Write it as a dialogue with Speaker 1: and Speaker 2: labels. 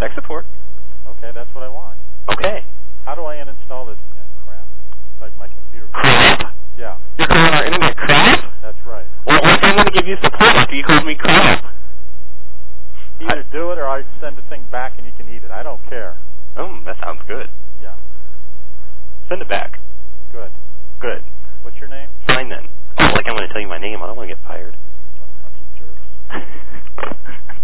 Speaker 1: Tech support.
Speaker 2: Okay, that's what I want.
Speaker 1: Okay.
Speaker 2: How do I uninstall this crap? It's like my computer.
Speaker 1: Crap.
Speaker 2: Yeah,
Speaker 1: You're calling our internet crap.
Speaker 2: that's right.
Speaker 1: Well, what if I'm going to give you support after you called me crap?
Speaker 2: Either
Speaker 1: I-
Speaker 2: do it or I send the thing back and you can eat it. I don't care.
Speaker 1: Oh, that sounds good.
Speaker 2: Yeah,
Speaker 1: Send it back.
Speaker 2: good.
Speaker 1: Good.
Speaker 2: What's your name?
Speaker 1: Fine then. Oh, like I'm going to tell you my name. I don't want to get fired.
Speaker 2: Bunch of jerks.